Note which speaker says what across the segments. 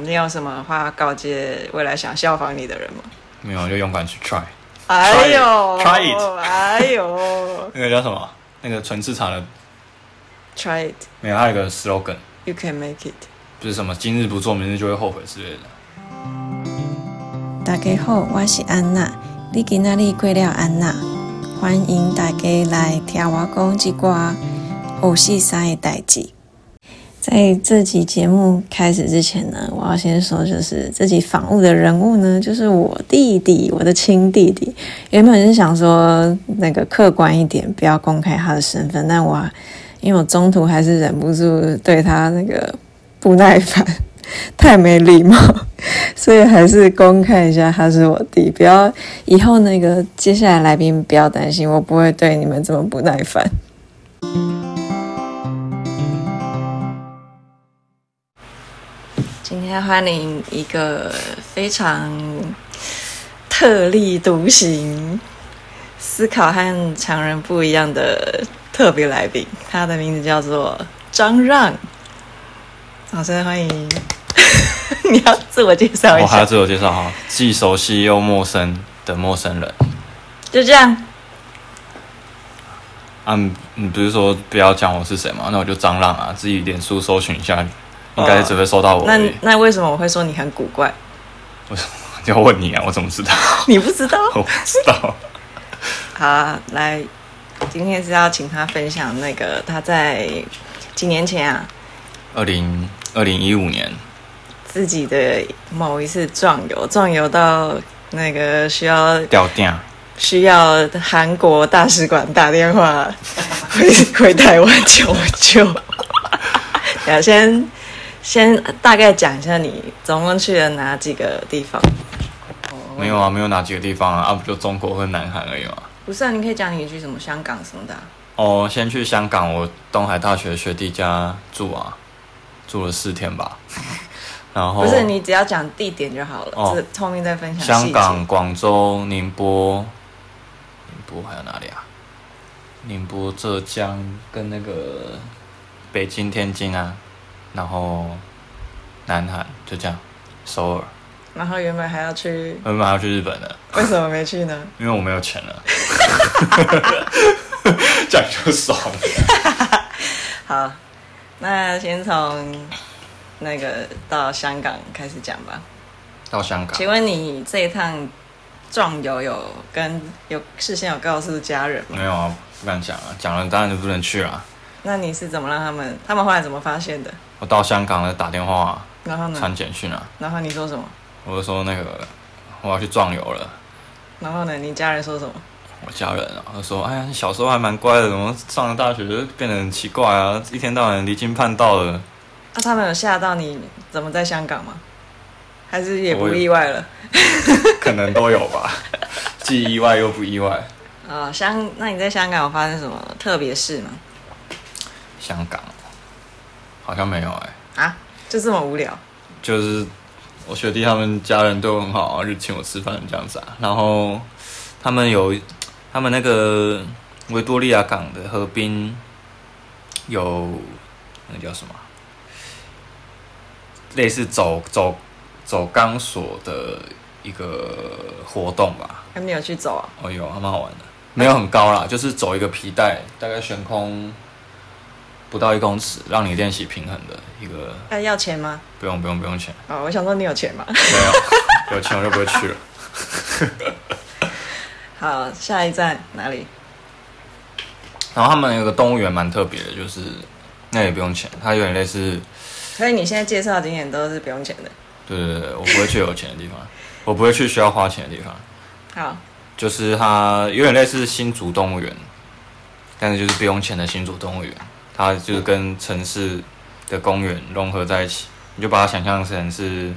Speaker 1: 你有什么话告诫未来想效仿你的人吗？
Speaker 2: 没有，就勇敢去 try。
Speaker 1: 哎呦
Speaker 2: Try it
Speaker 1: 哎呦
Speaker 2: 那个叫什么？那个纯自产的，
Speaker 1: ，Try it,
Speaker 2: 没有，它有个 slogan，
Speaker 1: you can make it。
Speaker 2: 就是什么今日不做，明日就会后悔之类的。
Speaker 3: 大家好，我是安娜。你今仔日过了安娜？欢迎大家来听我讲一寡有戏三的代志。在这期节目开始之前呢，我要先说，就是这集访问的人物呢，就是我弟弟，我的亲弟弟。原本是想说那个客观一点，不要公开他的身份，但我因为我中途还是忍不住对他那个不耐烦，太没礼貌。 所以还是公开一下，他是我弟。不要以后那个接下来来宾不要担心，我不会对你们这么不耐烦。
Speaker 1: 今天欢迎一个非常特立独行、思考和常人不一样的特别来宾，他的名字叫做张让。掌声欢迎！ 你要自我介绍一
Speaker 2: 我还
Speaker 1: 下
Speaker 2: 要，自我介绍哈，既熟悉又陌生的陌生人。
Speaker 1: 就这样。
Speaker 2: 啊，你你不是说不要讲我是谁吗？那我就张浪啊，自己脸书搜寻一下，应该只会搜到我
Speaker 1: 那
Speaker 2: 而已。
Speaker 1: 那为什么我会说你很古怪？
Speaker 2: 要问你啊，我怎么知道？
Speaker 1: 你不知道？
Speaker 2: 我不知道。
Speaker 1: 好啊，来，今天是要请他分享那个他在几年前啊
Speaker 2: 二零二零一五年，
Speaker 1: 自己的某一次壮游，壮游到那个需要
Speaker 2: 掉电啊，
Speaker 1: 需要韩国大使馆打电话 回回台湾求救。 等下先先大概讲一下你总共去了哪几个地方？
Speaker 2: 没有啊，没有哪几个地方啊，啊不就中国和南韩而已嘛。
Speaker 1: 不是啊，你可以讲你去什么香港什么的啊、
Speaker 2: 哦，先去香港，我东海大学学弟家住啊，住了四天 吧。然后
Speaker 1: 不是，你只要讲地点就好了，
Speaker 2: 哦
Speaker 1: 这后面再分享细
Speaker 2: 香
Speaker 1: 节。
Speaker 2: 港、广州、宁波，宁波还有哪里啊？宁波、浙江跟那个北京、天津啊，然后南韩就这样，首尔。
Speaker 1: 然后原本还要去，
Speaker 2: 我本来要去日本的，
Speaker 1: 为什么没去呢？
Speaker 2: 因为我没有钱 了。 讲就爽了。
Speaker 1: 好，那先从那个到香港开始讲吧。
Speaker 2: 到香港，
Speaker 1: 请问你这一趟壮游有跟有事先有告诉家人吗？
Speaker 2: 没有啊，不敢讲啊，讲了当然就不能去啊。
Speaker 1: 那你是怎么让他们？他们后来怎么发现的？
Speaker 2: 我到香港了，打电话、
Speaker 1: 然后
Speaker 2: 啊、
Speaker 1: 呢？
Speaker 2: 传简讯啊，
Speaker 1: 然后你说什么？
Speaker 2: 我就说那个我要去壮游了。
Speaker 1: 然后呢？你家人说什么？
Speaker 2: 我家人啊，他说：“哎呀，你小时候还蛮乖的，怎么上了大学就变得很奇怪啊？一天到晚离经叛道的。
Speaker 1: 啊，他们有吓到你怎么在香港吗？还是也
Speaker 2: 我
Speaker 1: 不
Speaker 2: 有
Speaker 1: 意外了？”
Speaker 2: 可能都有吧， 既意外又不意外。
Speaker 1: 啊、香，那你在香港有发生什么特别事吗？
Speaker 2: 香港好像没有哎、
Speaker 1: 啊，就这么无聊？
Speaker 2: 就是我学弟他们家人对我很好啊，就请我吃饭这样子啊。然后他们有他们那个维多利亚港的河滨有那叫什么，类似走走走钢索的一个活动吧。
Speaker 1: 还没有去走啊？
Speaker 2: 哦有还蛮好玩的，没有很高啦，就是走一个皮带，大概悬空不到一公尺，让你练习平衡的一个，
Speaker 1: 哎，要钱吗？
Speaker 2: 不用不用不用钱。
Speaker 1: 哦，我想说你有钱吗？
Speaker 2: 没有， 有钱我就不会去了。
Speaker 1: 好，下一站哪里？
Speaker 2: 然后他们有个动物园蛮特别的，就是那也不用钱，它有点类似，
Speaker 1: 所以你现在介绍的景点都是不用钱的。
Speaker 2: 对对对，我不会去有钱的地方，我不会去需要花钱的地方，
Speaker 1: 好，
Speaker 2: 就是它有点类似新竹动物园，但是就是不用钱的新竹动物园，它就是跟城市的公园融合在一起，你就把它想象成是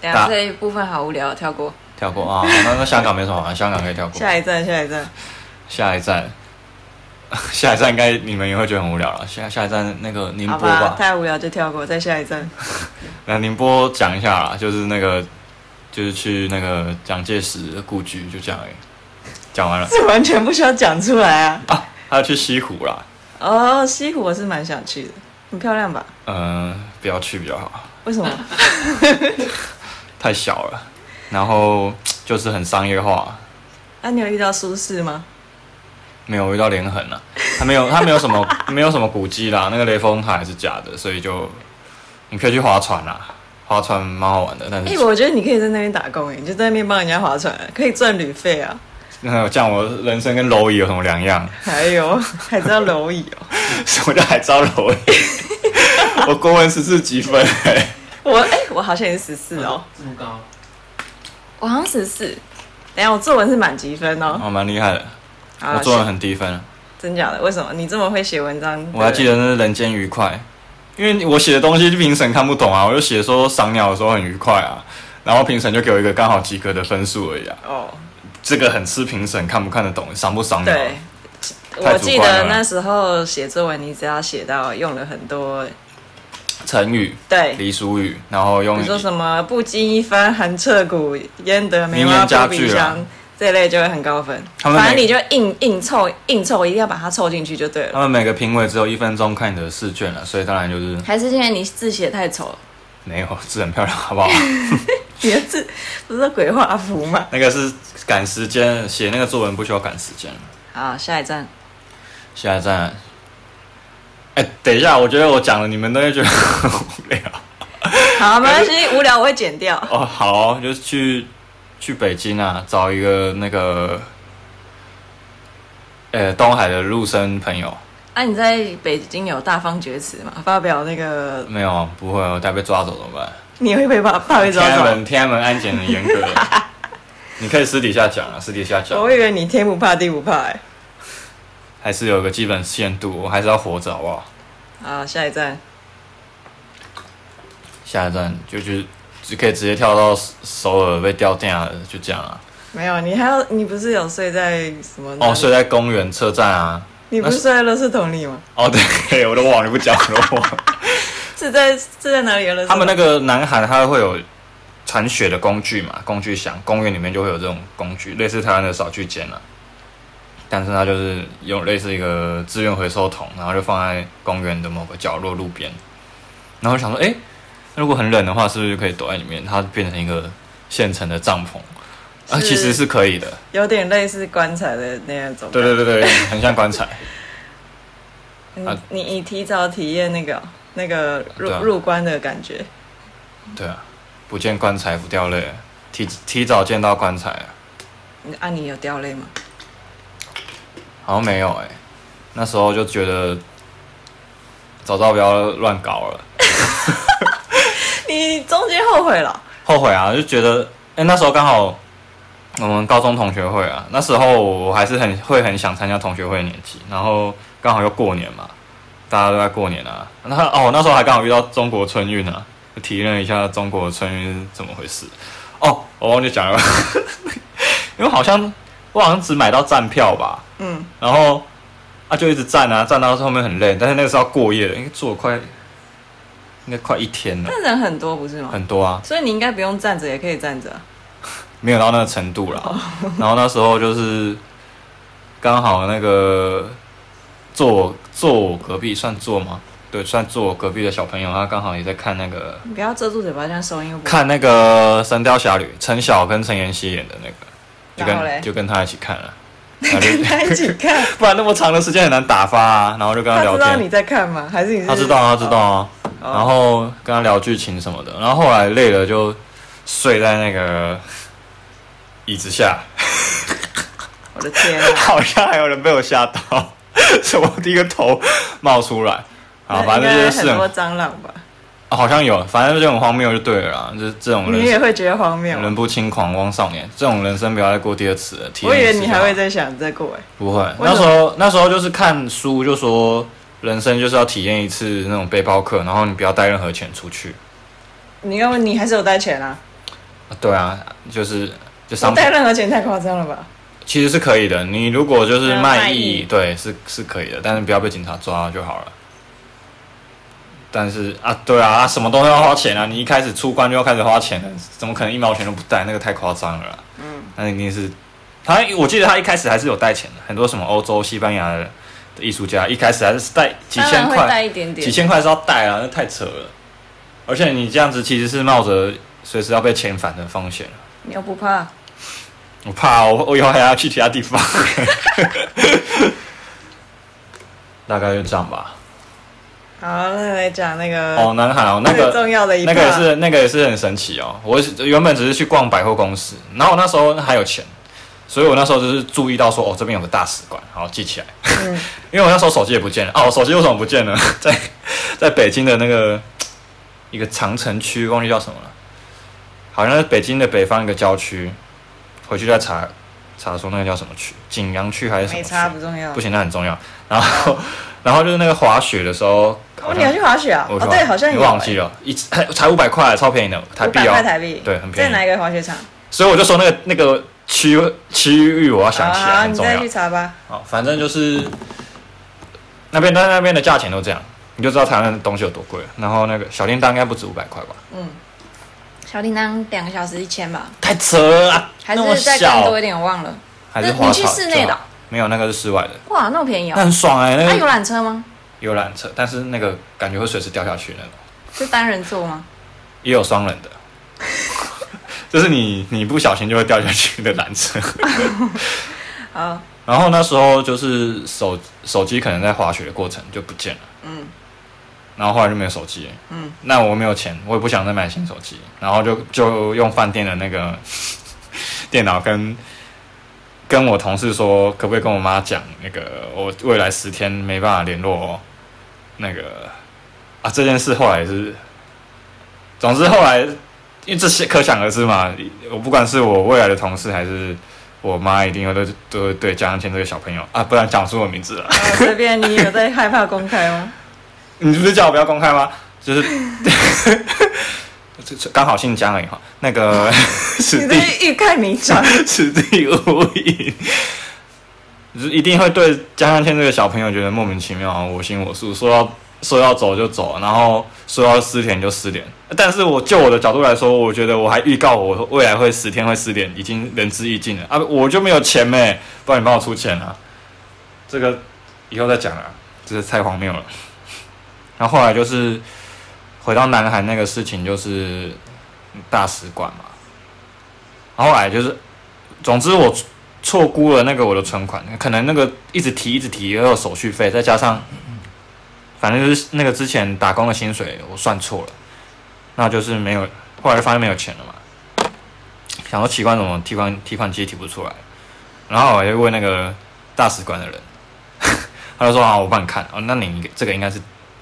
Speaker 1: 等
Speaker 2: 大
Speaker 1: 下这一部分好无聊，跳过。
Speaker 2: 跳过啊，那那香港没什么玩，香港可以跳过。
Speaker 1: 下一站，下一站，
Speaker 2: 下一站， 下一站应该你们也会觉得很无聊了，下下一站那个宁
Speaker 1: 好
Speaker 2: 波吧
Speaker 1: 吧，，太无聊就跳过，再下一站。
Speaker 2: 那宁波讲一下啦，就是那个，就是去那个蒋介石的故居，就这样而已。讲完了，
Speaker 1: 这完全不需要讲出来啊。
Speaker 2: 还要去西湖啦。
Speaker 1: 哦，西湖我是蛮想去的，很漂亮吧？
Speaker 2: 呃嗯、不要去比较好。
Speaker 1: 为 什么？
Speaker 2: 太小了，然后就是很商业化，
Speaker 1: 那、啊你有遇到舒适吗？
Speaker 2: 没有遇到连横了、它没有它没有什么 没有什么古迹啦，那个雷峰塔也是假的，所以就你可以去划船啦，划船蛮好玩的，但
Speaker 1: 哎、
Speaker 2: 是
Speaker 1: 我觉得你可以在那边打工，哎，你就在那边帮人家划船，可以赚旅费啊。
Speaker 2: 那有这样我人生跟蝼蚁有什么两样？
Speaker 1: 还有，哎还知道蝼蚁哦。
Speaker 2: 什么叫海遭蝼蚁？ 我国文十四几分、欸？
Speaker 1: 我哎、我好像也是十四哦，
Speaker 2: 嗯
Speaker 4: 这么高，
Speaker 1: 我好像十四。等一下我作文是满级分哦。
Speaker 2: 哦，蛮厉害的，
Speaker 1: 好啦
Speaker 2: 我作文
Speaker 1: 写
Speaker 2: 很低分，啊
Speaker 1: 真假的？为什么你这么会写文章？
Speaker 2: 我还记
Speaker 1: 得
Speaker 2: 得那是人间愉快，因为我写的东西评审看不懂啊，我就写说赏鸟的时候很愉快啊，然后评审就给我一个刚好及格的分数而已啊，
Speaker 1: 哦，
Speaker 2: 这个很吃评审看不看得懂，赏不赏鸟。
Speaker 1: 对，
Speaker 2: 太
Speaker 1: 我记
Speaker 2: 主观
Speaker 1: 得
Speaker 2: 了
Speaker 1: 那时候写作文，你只要写到用了很多
Speaker 2: 成语、
Speaker 1: 对，比
Speaker 2: 俚俗语，然后用
Speaker 1: 如说什么“不经一番寒彻骨，焉得梅花
Speaker 2: 名言佳
Speaker 1: 扑
Speaker 2: 句
Speaker 1: 鼻
Speaker 2: 啦
Speaker 1: 香”这类就会很高分。
Speaker 2: 他们每
Speaker 1: 反正你就硬硬凑硬凑，一定要把它凑进去就对了。
Speaker 2: 他们每个评委只有一分钟看你的试卷了，所以当 然就是
Speaker 1: 还是现在你字写太丑了，
Speaker 2: 没有字很漂亮，好 不好？
Speaker 1: 你的字不是鬼画符 吗？
Speaker 2: 那个是赶时间，写那个作文不需要赶时间。
Speaker 1: 好，下一站，
Speaker 2: 下一站，哎、等一下，我觉得我讲了，你们都会觉得 很无聊。
Speaker 1: 好，没关系，无聊我会剪掉。
Speaker 2: 哦，好哦就是去去北京啊，找一个那个，呃，东海的陆生朋友。
Speaker 1: 啊，你在北京有大放厥词嘛？发表那个，
Speaker 2: 没有，啊不会，我再被抓走怎么办？
Speaker 1: 你会被怕怕被抓
Speaker 2: 天安
Speaker 1: 走？
Speaker 2: 门，天安门安检很严格。 你可以私底下讲啊，私底下讲，
Speaker 1: 我以为你天不怕地不怕哎、
Speaker 2: 还是有个基本限度，我还是要活着，好不好？
Speaker 1: 好，下一站，
Speaker 2: 下一站就是就可以直接跳到首尔被吊电了，就这样啊。
Speaker 1: 没有，你还有你不是有睡在什么？
Speaker 2: 哦，睡在公园车站啊。
Speaker 1: 你不是睡在垃圾桶里吗？
Speaker 2: 哦，对，我 都忘了，你不讲了我。
Speaker 1: 是在是在哪里的垃圾桶？
Speaker 2: 他们那个南韩，它会有铲雪的工具嘛，工具箱，公园里面就会有这种工具，类似台湾的扫具间啊。但是它就是用类似一个资源回收桶，然后就放在公园的某个角落路边。然后我想说，哎、如果很冷的话，是不是就可以躲在里面？它变成一个现成的帐篷啊，
Speaker 1: 是
Speaker 2: 其实是可以的。
Speaker 1: 有点类似棺材的那样种。
Speaker 2: 对对对对，很像棺材。
Speaker 1: 你
Speaker 2: 啊
Speaker 1: 你你提早体验那个那个入、
Speaker 2: 对啊
Speaker 1: 入棺的感觉。
Speaker 2: 对啊，不见棺材不掉泪，提提早见到棺材啊。
Speaker 1: 你啊，你有掉泪吗？
Speaker 2: 好像没有哎、那时候就觉得早知道不要乱搞了，
Speaker 1: 你中间后悔了？
Speaker 2: 后悔啊，就觉得哎、那时候刚好我们高中同学会啊，那时候我还是很会很想参加同学会的年纪，然后刚好又过年嘛，大家都在过年啊，那哦那时候还刚好遇到中国春运啊，就体验了一下中国春运是怎么回事。哦，我忘记讲了， 因为好像我好像只买到站票吧，
Speaker 1: 嗯，
Speaker 2: 然后啊就一直站啊，站到后面很累，但是那个时候要过夜的，应该坐了快应该快一天了，
Speaker 1: 但人很多不是吗？
Speaker 2: 很多啊，
Speaker 1: 所以你应该不用站着也可以站着啊。
Speaker 2: 没有到那个程 度啦。然后那时候就是刚好那个坐我坐我隔壁算坐吗？对，算坐我隔壁的小朋友，他刚好也在看那个
Speaker 1: 你不要遮住嘴巴，这样收音又不好。
Speaker 2: 看那个《神雕侠侣》，陈晓跟陈妍希演的那个，就
Speaker 1: 然后嘞
Speaker 2: 跟就跟他一起看 了，然后就
Speaker 1: 他一起 看，
Speaker 2: 不然那么长的时间很难打发啊。然后就跟他
Speaker 1: 他
Speaker 2: 聊
Speaker 1: 知
Speaker 2: 天，
Speaker 1: 道你在看吗？还是哦你是
Speaker 2: 他知道，他知道啊。然后跟他聊剧情什么的，然后后来累了就睡在那个椅子下，
Speaker 1: 我的天啊！
Speaker 2: 好像还有人被我吓到， 什么第一个头冒出来，啊，
Speaker 1: 那
Speaker 2: 反
Speaker 1: 应
Speaker 2: 正
Speaker 1: 该
Speaker 2: 就是
Speaker 1: 很
Speaker 2: 很、
Speaker 1: 多
Speaker 2: 啊
Speaker 1: 蟑螂吧？
Speaker 2: 好像有，反正就很荒谬就对了啦，就是这种
Speaker 1: 你也
Speaker 2: 人
Speaker 1: 会觉得荒谬吗？啊
Speaker 2: 人不轻狂妄少年，这种人生不要再过第二次了。体
Speaker 1: 我
Speaker 2: 验
Speaker 1: 以为
Speaker 2: 一次
Speaker 1: 你
Speaker 2: 就
Speaker 1: 还
Speaker 2: 好
Speaker 1: 会再想再过哎、
Speaker 2: 不会，
Speaker 1: 为什么
Speaker 2: 那时候那时候就是看书就说人生就是要体验一次那种背包客，然后你不要带任何钱出去。
Speaker 1: 你要问你还是有带钱啊？
Speaker 2: 啊对啊，就是就商
Speaker 1: 不带任何钱太夸张了吧？
Speaker 2: 其实是可以的。你如果就是
Speaker 1: 嗯
Speaker 2: 卖
Speaker 1: 卖
Speaker 2: 艺，
Speaker 1: 艺
Speaker 2: 对，是是可以的，但是不要被警察抓就好了。但是啊，对啊，啊什么东西要花钱啊？你一开始出关就要开始花钱了，怎么可能一毛钱都不带？那个太夸张了啦。嗯，那一定是他，我记得他一开始还是有带钱的，很多什么欧洲、西班牙的艺术家，一开始还是带几
Speaker 1: 当
Speaker 2: 千
Speaker 1: 然会带
Speaker 2: 块，
Speaker 1: 一点
Speaker 2: 几
Speaker 1: 点。
Speaker 2: 千块是要带啊，那太扯了。而且你这样子其实是冒着随时要被遣返的风险。
Speaker 1: 你又不怕？
Speaker 2: 我怕我我以后还要去其他地方。大概就这样吧。
Speaker 1: 好，那来讲那个
Speaker 2: 哦，南海哦，那
Speaker 1: 最重
Speaker 2: 个
Speaker 1: 要的一
Speaker 2: 那个也
Speaker 1: 趴
Speaker 2: 是那个也是很神奇哦。我原本只是去逛百货公司，然后我那时候还有钱，所以我那时候就是注意到说，哦，这边有个大使馆，好记起来。
Speaker 1: 嗯
Speaker 2: 因为我那时候手机也不见了，哦，我手机为什么不见了？ 在在北京的那个一个长城区，忘记叫什么了，好像是北京的北方一个郊区。回去再查查说那个叫什么区，景阳区还是什么
Speaker 1: 没
Speaker 2: 区？
Speaker 1: 差不重要。
Speaker 2: 不行，那很重要。然后， 然后就是那个滑雪的时候，好
Speaker 1: 哦，
Speaker 2: 像
Speaker 1: 你要去滑雪 啊？
Speaker 2: 我
Speaker 1: 哦，
Speaker 2: 说
Speaker 1: 对，好像
Speaker 2: 你
Speaker 1: 有、哎
Speaker 2: 忘记了，一才五百块，超便宜的台
Speaker 1: 五
Speaker 2: 币
Speaker 1: 百块
Speaker 2: 哦。
Speaker 1: 台币，
Speaker 2: 对很便宜
Speaker 1: 在哪一个滑雪场？
Speaker 2: 所以我就说那个那个区区域我要想起来，
Speaker 1: 好
Speaker 2: 很
Speaker 1: 啊你
Speaker 2: 重
Speaker 1: 再
Speaker 2: 要
Speaker 1: 去。查吧。
Speaker 2: 好，反正就是那边那那边的价钱都这样，你就知道台湾的东西有多贵了。然后那个小叮当应该不止五百块吧？
Speaker 1: 小叮当两个小时一千吧，
Speaker 2: 太扯了啊，
Speaker 1: 还
Speaker 2: 那么
Speaker 1: 是再更
Speaker 2: 小
Speaker 1: 多一，点？我忘了。
Speaker 2: 还是
Speaker 1: 那
Speaker 2: 花
Speaker 1: 你去
Speaker 2: 草
Speaker 1: 室内的
Speaker 2: 就好
Speaker 1: 哦
Speaker 2: 没有，那个是室外的，
Speaker 1: 哇，那么便宜
Speaker 2: 那
Speaker 1: 哦！
Speaker 2: 很爽哎、
Speaker 1: 它
Speaker 2: 那
Speaker 1: 有
Speaker 2: 个
Speaker 1: 缆车吗？
Speaker 2: 游览车，但是那个感觉会随时掉下去那种。
Speaker 1: 是单人座吗？
Speaker 2: 也有双人的，就是你你不小心就会掉下去的缆车。
Speaker 1: 好，
Speaker 2: 然后那时候就是手手机可能在滑雪的过程就不见了，
Speaker 1: 嗯，
Speaker 2: 然后后来就没有手机，
Speaker 1: 嗯，
Speaker 2: 那我没有钱，我也不想再买新手机，然后就就用饭店的那个 电脑跟跟我同事说，可不可以跟我妈讲，那个我未来十天没办法联络哦那个啊这件事，后来也是，总之后来因为这些可想而知嘛，我不管是我未来的同事还是。我妈一定会对对对家乡签这个小朋友啊，不然讲出我名字了。
Speaker 1: 呃这边你有在害怕公开 吗？
Speaker 2: 你不是叫我不要公开吗？就是 这这刚好姓江而已哈。那个
Speaker 1: 你
Speaker 2: 此
Speaker 1: 这
Speaker 2: 地
Speaker 1: 是欲盖弥彰。
Speaker 2: 此地无银，就是一定会对江向天这个小朋友觉得莫名其妙，我行我素，说要说要走就走，然后说要失联就失联。但是我就我的角度来说，我觉得我还预告我未来会十天会失联，已经仁至义尽了啊！我就没有钱没，不然你帮我出钱啊！这个以后再讲了，这是太荒谬了。然后后来就是回到南韩那个事情，就是大使馆嘛。然后后来就是，总之我错错估了那个我的存款，可能那个一直提一直提，又有手续费，再加上反正就是那个之前打工的薪水我算错了，那就是没有，后来就发现没有钱了嘛。想说奇怪，怎么提款提款机提不出来？然后我就问那个大使馆的人， 他就说啊，我帮你看哦，那你应该这个应该是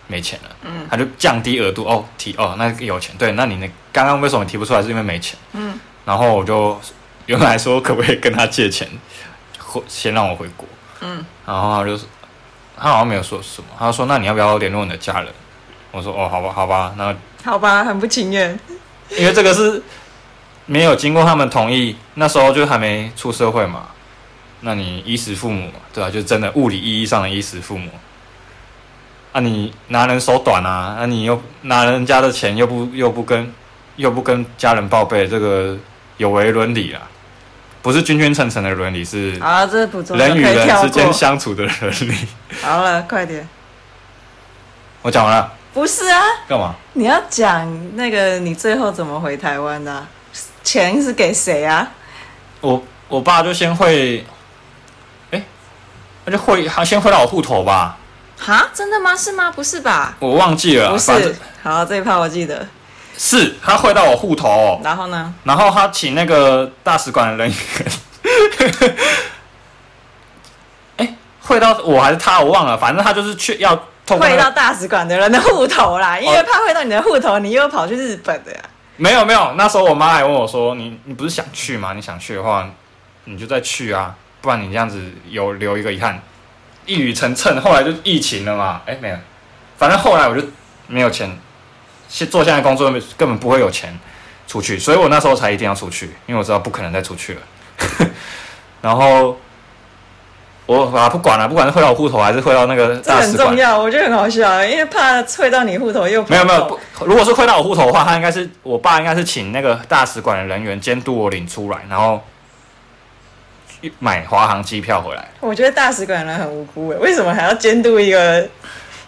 Speaker 2: 没钱了，嗯，他就降低额度哦，提哦，那个有钱，对，那你那刚刚为什么提不出来？是因为没钱，
Speaker 1: 嗯，
Speaker 2: 然后我就原来说可不可以跟他借钱，回先让我回国，
Speaker 1: 嗯，
Speaker 2: 然后他就说他好像没有说什么，他说那你要不要联络你的家人？我说哦，好吧，好吧，那
Speaker 1: 好吧，很不情愿。
Speaker 2: 因为这个是没有经过他们同意，那时候就还没出社会嘛。那你衣食父母嘛，对吧、就真的物理意义上的衣食父母。啊，你拿人手短啊，啊，你又拿人家的钱又不又不跟又不跟家人报备，这个有违伦理啊，不是君君臣臣的伦理，是
Speaker 1: 好，这不重要，
Speaker 2: 人
Speaker 1: 可
Speaker 2: 与
Speaker 1: 以
Speaker 2: 人
Speaker 1: 跳
Speaker 2: 之间
Speaker 1: 过。
Speaker 2: 相处的伦理。
Speaker 1: 好了，快点。
Speaker 2: 我讲完了，
Speaker 1: 不是啊，
Speaker 2: 干嘛？
Speaker 1: 你要讲那个你最后怎么回台湾的啊、钱是给谁啊？
Speaker 2: 我我爸就先汇，哎、那就汇，他先汇到我户头吧，
Speaker 1: 哈，真的吗？是吗？不是吧？
Speaker 2: 我忘记了，
Speaker 1: 不
Speaker 2: 啊反正
Speaker 1: 是。好，这一趴我记得。
Speaker 2: 是他汇到我户头、
Speaker 1: 然后呢？
Speaker 2: 然后他请那个大使馆的人员， 哎，汇到我还是他，我忘了，反正他就是去要透过那
Speaker 1: 汇
Speaker 2: 个、
Speaker 1: 到大使馆的人的户头
Speaker 2: 哦
Speaker 1: 啦，因为怕汇到你的户头，你又跑去日本的呀、
Speaker 2: 没有没有，那时候我妈还问我说：“你你不是想去吗？你想去的话，你就再去啊，不然你这样子有留一个遗憾。”一语成谶，后来就疫情了嘛，哎没有，反正后来我就没有钱，现做现在工作根本不会有钱出去，所以我那时候才一定要出去，因为我知道不可能再出去了。 然后我啊不管了、不管是汇到我户头还是汇到那个
Speaker 1: 这
Speaker 2: 大
Speaker 1: 很
Speaker 2: 使馆
Speaker 1: 重，要，我觉得很好笑，因为怕汇到你户头又跑
Speaker 2: 没有没
Speaker 1: 走
Speaker 2: 有，不，如果是汇到我户头的话，他应该是我爸应该是请那个大使馆的人员监督我领出来，然后去买华航机票回来。
Speaker 1: 欸我觉得大使馆人很无辜诶，为什么还要监督一个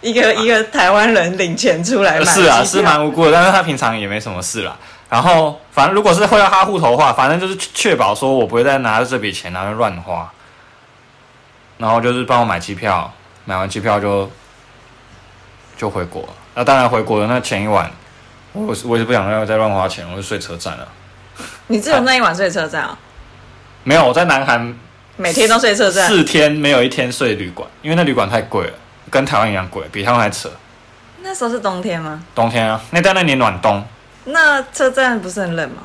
Speaker 1: 一个一个台湾人领钱出哎来买
Speaker 2: 呃
Speaker 1: 机票，
Speaker 2: 是啊，是蛮无辜的，但是他平常也没什么事啦。然后，反正如果是汇到他户头的话，反正就是确保说我不会再拿着这笔钱然后乱花。然后就是帮我买机票，买完机票就就回国。那当然回国的那前一晚，我是我也是不想要再乱花钱，我就睡车站了。
Speaker 1: 你只有那一晚睡车站哦，
Speaker 2: 没有，我在南韩
Speaker 1: 每天都睡车站，
Speaker 2: 四天没有一天睡旅馆，因为那旅馆太贵了，跟台湾一样贵，比台湾还扯。
Speaker 1: 那时候是冬天吗？
Speaker 2: 冬天啊，那在那年暖冬，
Speaker 1: 那车站不是很冷吗？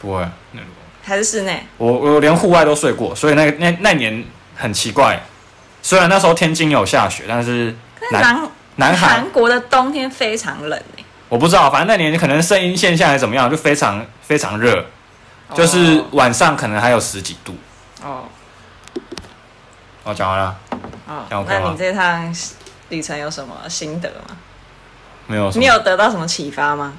Speaker 2: 不会。那
Speaker 1: 还是室内？
Speaker 2: 我我连户外都睡过，所以那那那年很奇怪。虽然那时候天津有下雪，但是
Speaker 1: 可是
Speaker 2: 南
Speaker 1: 南
Speaker 2: 南韩
Speaker 1: 韩国的冬天非常冷欸诶、
Speaker 2: 我不知道，反正那年可能圣音现象还是怎么样，就非常非常热，就是晚上可能还有十几度。
Speaker 1: 哦
Speaker 2: 我、讲完了，
Speaker 1: 哦，
Speaker 2: 这样 OK
Speaker 1: 那
Speaker 2: 吗
Speaker 1: 你这趟旅程有什么心得吗？
Speaker 2: 没有什么
Speaker 1: 你有得到什么启发吗？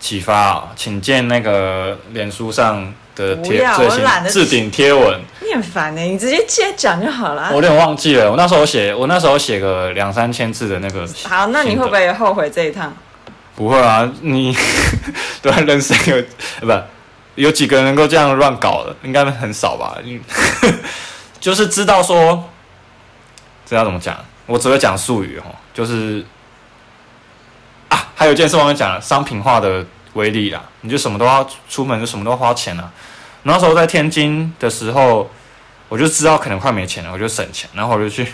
Speaker 2: 启发、哦，请见那个脸书上的
Speaker 1: 不
Speaker 2: 贴
Speaker 1: 要
Speaker 2: 最
Speaker 1: 我懒
Speaker 2: 新
Speaker 1: 得
Speaker 2: 置顶贴文，
Speaker 1: 你很烦欸诶、你直接接讲就好了啊
Speaker 2: 我。有点忘记了。我那时候写，我那时候写个两三千字的那个。
Speaker 1: 好，那你会不？会后悔这一趟？
Speaker 2: 不会啊，你 对啊，人生有呃不有几个能够这样乱搞的，应该很少吧？ 你就是知道说，这要怎么讲？我只会讲术语哦，就是啊，还有一件事忘了讲了，商品化的威力啦，你就什么都要出门就什么都要花钱啊。那时候在天津的时候，我就知道可能快没钱了，我就省钱，然后我就去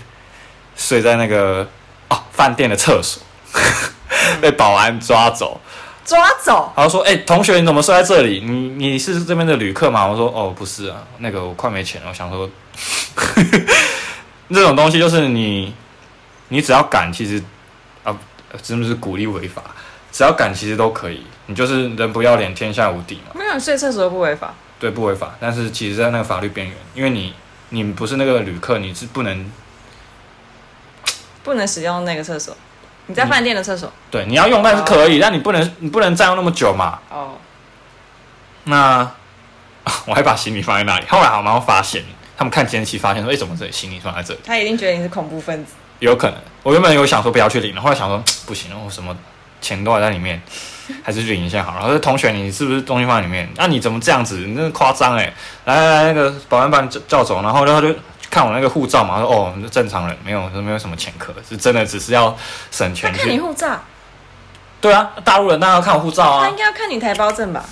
Speaker 2: 睡在那个啊饭店的厕所，被保安抓走。
Speaker 1: 抓走
Speaker 2: 然后说：“哎、同学，你怎么睡在这里？你你是这边的旅客吗？”我说：“哦，不是啊，那个我快没钱了，我想说， 这种东西就是你，你只要敢，其实啊，真的是鼓励违法，只要敢，其实都可以。你就是人不要脸，天下无敌嘛。
Speaker 1: 没有睡厕所不违法。
Speaker 2: 对，不违法，但是其实在那个法律边缘，因为你你不是那个旅客，你是不能
Speaker 1: 不能使用那个厕所，你
Speaker 2: 嗯
Speaker 1: 在饭店的厕所。
Speaker 2: 对你要用，但是可以，但你不能你不能占用那么久嘛。
Speaker 1: 哦，
Speaker 2: 那 我还把行李放在那里，后来好像发现，他们看监视器发现说，哎、怎么这里行李放在这里？
Speaker 1: 他一定觉得你是恐怖分子。
Speaker 2: 有可能，我原本有想说不要去领，后来想说不行，我什么钱都还在里面，还是去领一下好了。然后说同学，你是不是东西放在里面？那、你怎么这样子？你真的夸张哎！来来来，那个保安把你叫叫走，然后他就看我那个护照嘛，他说哦，你是正常人，没有没有什么前科，是真的只是要省
Speaker 1: 他
Speaker 2: 钱
Speaker 1: 看你
Speaker 2: 去。
Speaker 1: 护照，
Speaker 2: 对啊，大陆人当然要看我护照啊。
Speaker 1: 他应该要看你台胞证吧？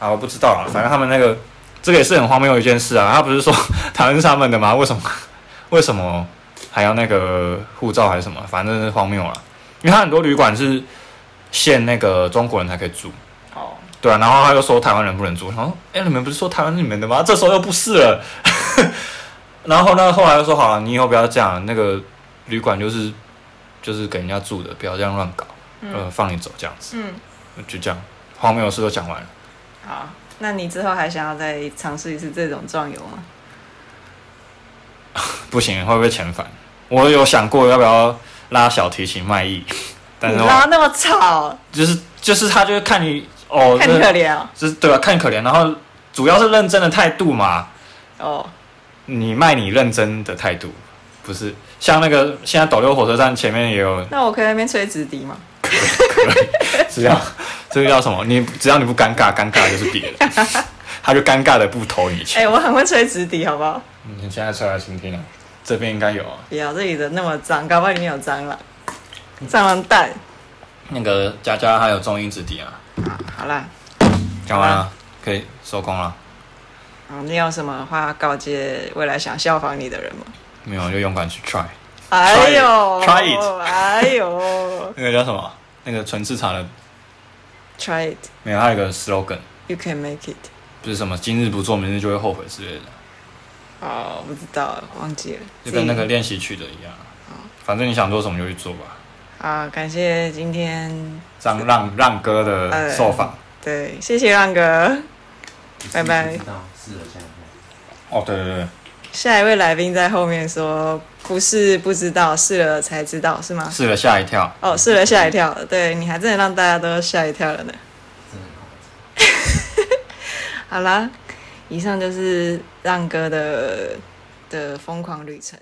Speaker 2: 啊，我不知道啊，反正他们那个这个也是很荒谬的一件事啊。他不是说 台湾是他们的吗？为什么 为什么还要那个护照还是什么？反正是荒谬了。因为他很多旅馆是限那个中国人才可以住，
Speaker 1: 哦，
Speaker 2: 对啊，然后他又说台湾人不能住，然后哎、你们不是说台湾是你们的吗？这时候又不是了。 然后呢，后来又说好了，你以后不要这样，那个旅馆就是就是给人家住的，不要这样乱搞，呃，放你走这样子，
Speaker 1: 嗯，
Speaker 2: 就这样，荒谬的事都讲完了。
Speaker 1: 好，那你之后还想要再尝试一次这种壮游吗？
Speaker 2: 不行，会不会遣返？我有想过要不要拉小提琴卖艺， 但是
Speaker 1: 你
Speaker 2: 我
Speaker 1: 拉那么吵，
Speaker 2: 就是就是他就是看你哦，
Speaker 1: 看你可怜哦。
Speaker 2: 就是对吧、看你可怜，然后主要是认真的态度嘛，
Speaker 1: 哦，
Speaker 2: 你卖你认真的态度，不是像那个现在斗六火车站前面也有，
Speaker 1: 那我可以在那边吹直笛吗？
Speaker 2: 只要这个叫什么？你只要你不尴尬，尴尬就是别 人，他就尴尬的不投你
Speaker 1: 哎、
Speaker 2: 钱。
Speaker 1: 我很会吹直笛，好不好？
Speaker 2: 你现在出来倾听啊，这边应该有啊。
Speaker 1: 不要这里的那么脏，搞不好里面有蟑螂，蟑螂蛋。
Speaker 2: 那个佳佳还有中音之敌啊，
Speaker 1: 好啦，
Speaker 2: 讲完了，可以收工了。
Speaker 1: 好你有什么话告诫未来想效仿你的人吗？
Speaker 2: 没有，就勇敢去 try。
Speaker 1: 哎呦
Speaker 2: Try it.
Speaker 1: 哎呦
Speaker 2: 那个叫什么？那个纯市场的
Speaker 1: ，try it,
Speaker 2: 没有，它有一个 slogan，
Speaker 1: you can make it。
Speaker 2: 就是什么今日不做，明日就会后悔之类的，
Speaker 1: 哦，不知道，忘记了。
Speaker 2: 就跟那个
Speaker 1: 自己
Speaker 2: 练习曲的一样。反正你想做什么就去做吧。
Speaker 1: 好，感谢今天
Speaker 2: 让让让哥的受访、
Speaker 1: 对，谢谢浪哥。拜拜
Speaker 4: 知道适合这样吗？
Speaker 2: 哦，对对对，
Speaker 1: 下一位来宾在后面说，不是不知道，试了才知道，是吗？
Speaker 2: 试了吓一跳。
Speaker 1: 哦，试了吓一跳，对你还真的让大家都吓一跳了呢。
Speaker 4: 真的很好吃。
Speaker 1: 好啦，以上就是浪哥的的疯狂旅程。